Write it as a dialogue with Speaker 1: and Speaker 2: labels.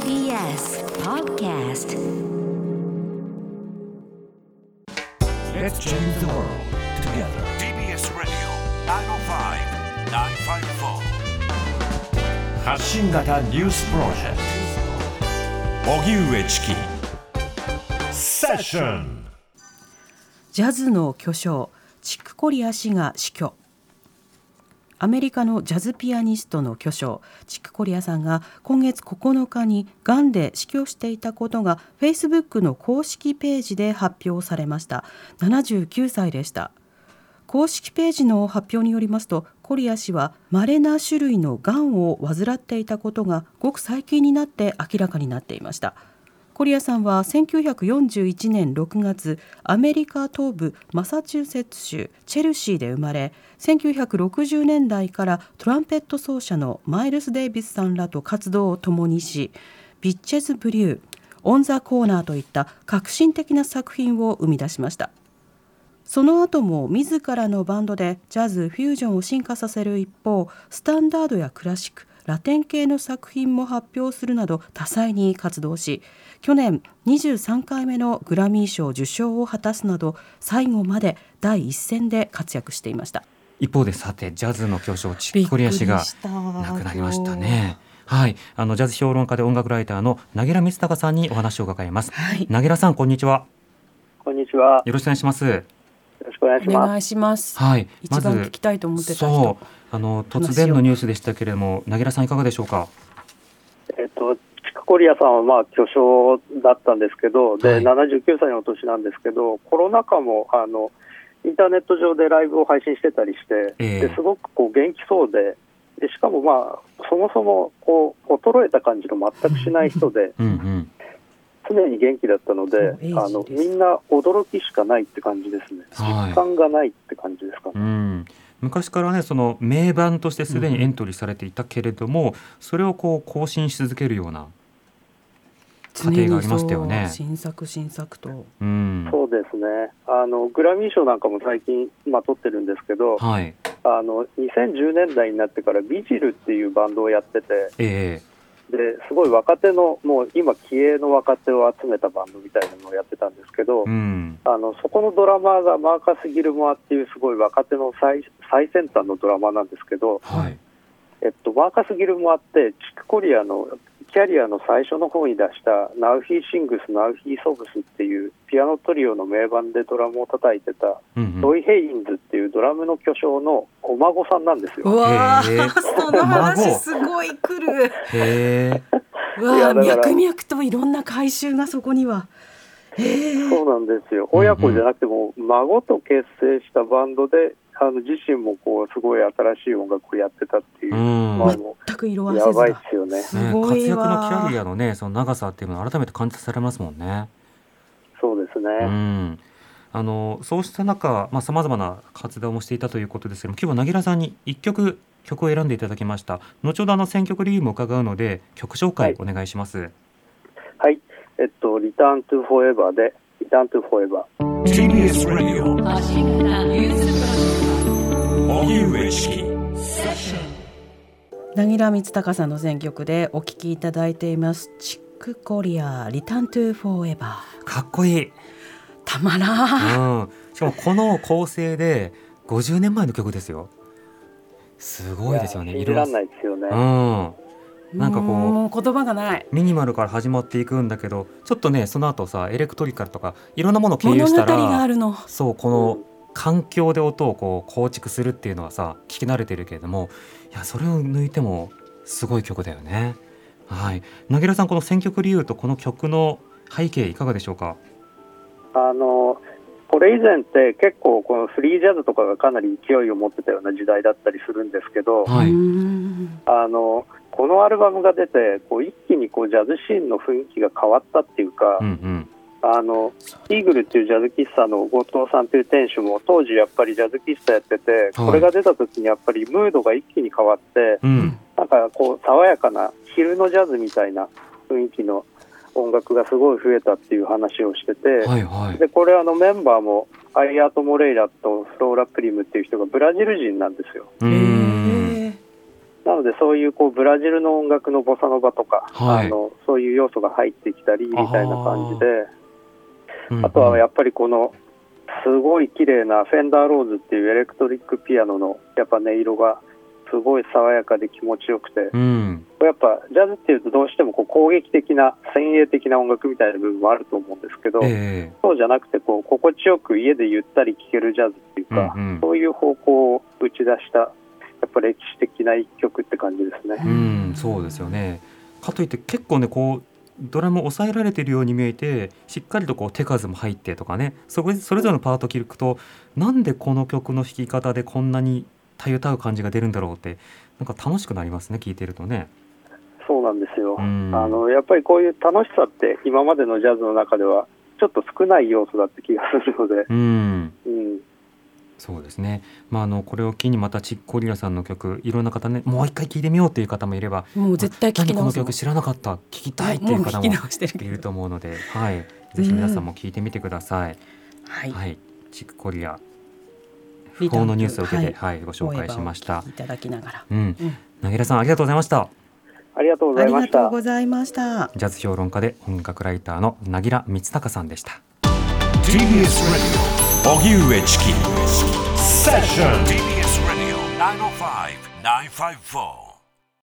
Speaker 1: TBS Podcast
Speaker 2: Let's change the world together.
Speaker 3: TBS Radio 905 954
Speaker 2: 発信型ニュースプロジェクト荻上チキセッション
Speaker 4: ジャズの巨匠チック・コリア氏が死去アメリカのジャズピアニストの巨匠チック・コリアさんが今月9日にがんで死去していたことが Facebook の公式ページで発表されました79歳でした公式ページの発表によりますとコリア氏は稀な種類のがんを患っていたことがごく最近になって明らかになっていましたコリアさんは1941年6月アメリカ東部マサチューセッツ州チェルシーで生まれ1960年代からトランペット奏者のマイルス・デイビスさんらと活動を共にし「ビッチェズ・ブリュー」「オン・ザ・コーナー」といった革新的な作品を生み出しました。その後も自らのバンドでジャズフュージョンを進化させる一方スタンダードやクラシックラテン系の作品も発表するなど多彩に活動し去年23回目のグラミー賞受賞を果たすなど最後まで第一線で活躍していました。
Speaker 5: 一方でさてジャズの巨匠チック・コリア氏が亡くなりましたね。はい、あのジャズ評論家で音楽ライターのなげら光隆さんにお話を伺います。
Speaker 4: はい、
Speaker 5: なげらさんこんにちは。
Speaker 6: こんにちは。
Speaker 5: よろしくお願いします。
Speaker 6: よろしくお願いし
Speaker 4: お
Speaker 6: ま
Speaker 4: 願いします。
Speaker 5: はい、ま
Speaker 4: 一
Speaker 5: ず
Speaker 4: 番聞きたいと思ってた人。
Speaker 5: そうあの突然のニュースでしたけれども、なげらさんいかがでしょうか。
Speaker 6: す。えっと、チクコリアさんはまあ巨匠だったんですけど、で、
Speaker 5: はい
Speaker 6: 79歳のお年なんですけど、コロナ禍も、あの、インターネット上でライブを配信してたりして、
Speaker 5: ええ、
Speaker 6: ですごくこう元気そうで、でしかもまあ、そもそもこう衰えた感じの全くしない人で
Speaker 5: うんうん。
Speaker 6: 常に元気だったので
Speaker 4: そうエイ、ジ
Speaker 6: あの、
Speaker 4: です
Speaker 6: みんな驚きしかないって感じですね。
Speaker 5: はい
Speaker 6: 実感がないって感じですかね。
Speaker 5: うん、昔からねその名盤としてすでにエントリーされていたけれども、それをこう更新し続けるような、
Speaker 4: 常
Speaker 5: 家
Speaker 4: に
Speaker 5: 庭がありましたよね
Speaker 4: そう新作新作と。
Speaker 5: うん、
Speaker 6: そうですねあのグラミー賞なんかも最近、まあ、取ってるんですけど、
Speaker 5: はい、
Speaker 6: あの2010年代になってからビジルっていうバンドをやってて
Speaker 5: え
Speaker 6: ですごい若手のもう今気鋭の若手を集めたバンドみたいなのをやってたんですけど、
Speaker 5: えうん、
Speaker 6: あのそこのドラマーがマーカス・ギルモアっていうすごい若手の最最先端のドラマーなんですけど、
Speaker 5: はい、
Speaker 6: えっと、マーカス・ギルモアってチクコリアのキャリアの最初の方に出した「ナウヒー・シングス・ナウヒー・ソブス」っていうピアノトリオの名盤でドラムを叩いてた
Speaker 5: うんうん
Speaker 6: ロイ・ヘインズっていうドラムの巨匠のお孫さんなんですよ。
Speaker 4: うわ
Speaker 5: へえ
Speaker 4: ー、その話すごい来る。
Speaker 5: へえ、
Speaker 4: うわ
Speaker 6: い
Speaker 4: あ
Speaker 6: やだか
Speaker 4: 脈
Speaker 6: ら
Speaker 4: 々といろんな改修がそこには。へえ
Speaker 6: そうなんですよ親子じゃなくても孫と結成したバンドであの自身もこうすごい新しい音楽をやってたっていうう、
Speaker 5: ん、
Speaker 6: ま
Speaker 5: ね、
Speaker 6: あも
Speaker 4: 全く色
Speaker 6: う
Speaker 4: 褪
Speaker 6: や
Speaker 4: せず
Speaker 6: ばいっ
Speaker 4: だ。
Speaker 6: すよね。
Speaker 4: すご
Speaker 5: 活
Speaker 4: い
Speaker 5: 躍のキ
Speaker 4: わ
Speaker 5: ャリアのねその長さっていうのを改めて感じされますもんね。
Speaker 6: そうですね、
Speaker 5: うん、あのそうした中、まあさまざまな活動もしていたということですけども、今日はなぎらさんに一曲曲を選んでいただきました。後ほどあの選曲理由も伺うので曲紹介お願いします。
Speaker 6: はいえっと「リターン・トゥ・フォーエバー」で「リターン・トゥ・フォーエバー」
Speaker 3: TBS Radio 荻上チキ
Speaker 4: なぎらみつたかさんの選曲でお聞きいただいています。チックコリアリターントゥフォーエバー。
Speaker 5: かっこいい。うん。
Speaker 4: たまらん。
Speaker 5: しかもこの構成で50年前の曲ですよ。すごいですよね。。
Speaker 6: や信じらんないいですよね。
Speaker 5: うん。なんかこう
Speaker 4: もう言葉がない。
Speaker 5: ミニマルから始まっていくんだけどちょっとねその後さエレクトリカルとかいろんなものを経由
Speaker 4: 物
Speaker 5: し
Speaker 4: 語
Speaker 5: たら
Speaker 4: があるの。
Speaker 5: そうこの環境で音をこう構築するっていうのはさ聞き慣れてるけれどもいやそれを抜いてもすごい曲だよね。はい、なぎらさんこの選曲理由とこの曲の背景いかがでしょうか。
Speaker 6: あのこれ以前って結構このフリージャズとかがかなり勢いを持ってたような時代だったりするんですけど、
Speaker 5: はいう
Speaker 4: ーん
Speaker 6: あのこのアルバムが出てこう一気にこうジャズシーンの雰囲気が変わったっていうか、
Speaker 5: うんうん。
Speaker 6: あのイーグルっていうジャズ喫茶の後藤さんという店主も当時やっぱりジャズ喫茶やってて、これが出た時にやっぱりムードが一気に変わって
Speaker 5: うん。
Speaker 6: なんかこう爽やかな昼のジャズみたいな雰囲気の音楽がすごい増えたっていう話をしてて。
Speaker 5: はいはい。
Speaker 6: でこれあのメンバーもアイアート・モレイラとフローラ・プリムっていう人がブラジル人なんですよ
Speaker 5: うーん。
Speaker 4: へえ
Speaker 6: なののでそういうこうブラジルの音楽のボサノバとか、
Speaker 5: はい
Speaker 6: あのそういう要素が入ってきたりみたいな感じで
Speaker 5: うんうん
Speaker 6: あとはやっぱりこのすごい綺麗なフェンダーローズっていうエレクトリックピアノのやっぱ音色がすごい爽やかで気持ちよくて、
Speaker 5: うん
Speaker 6: やっぱジャズっていうとどうしてもこう攻撃的な先鋭的な音楽みたいな部分もあると思うんですけど、
Speaker 5: え
Speaker 6: そうじゃなくてこう心地よく家でゆったり聴けるジャズっていう
Speaker 5: え
Speaker 6: か、
Speaker 5: うんうん
Speaker 6: そういう方向を打ち出したやっぱ歴史的な一曲って感じですね。
Speaker 5: うん、そうですよね。かといって結構ねこうドラム抑えられてるように見えてしっかりとこう手数も入ってとかねそこそれぞれのパート聞くとなんでこの曲の弾き方でこんなにたゆたう感じが出るんだろうってなんか楽しくなりますね聞いてるとね。
Speaker 6: そうなんですよ、
Speaker 5: うん
Speaker 6: あのやっぱりこういう楽しさって今までのジャズの中ではちょっと少ない要素だって気がするので、
Speaker 5: うん
Speaker 6: うん、
Speaker 5: そうですね、まあ、あのこれを機にまたチッコリラさんの曲いろんな方ねもう一回聴いてみようという方もいれば
Speaker 4: もう絶対聞き
Speaker 5: 何こ
Speaker 4: 直
Speaker 5: の
Speaker 4: す
Speaker 5: 曲知らなかった聴きたいってい
Speaker 4: も
Speaker 5: う
Speaker 4: う
Speaker 5: 方
Speaker 4: 聞
Speaker 5: も
Speaker 4: き直してる
Speaker 5: い
Speaker 4: け
Speaker 5: る
Speaker 4: ど
Speaker 5: と思うので、はい、ぜひ皆さんも聴いてみてください。
Speaker 4: はい
Speaker 5: はい、チクコリア不法のニュースを受けて、はいご紹介しました
Speaker 4: 応援をお聞きいただきながら
Speaker 5: うん
Speaker 4: うん、
Speaker 5: なぎらさんありがとうございました
Speaker 6: ありがとうご
Speaker 4: あ
Speaker 6: ざい
Speaker 4: り
Speaker 6: ま
Speaker 4: が
Speaker 6: した
Speaker 4: とう。ございました
Speaker 5: ジャズ評論家で音楽ライターのなぎら光孝さんでした
Speaker 2: TBS Radio 荻上チキセッション
Speaker 3: oh TBS Radio 905 954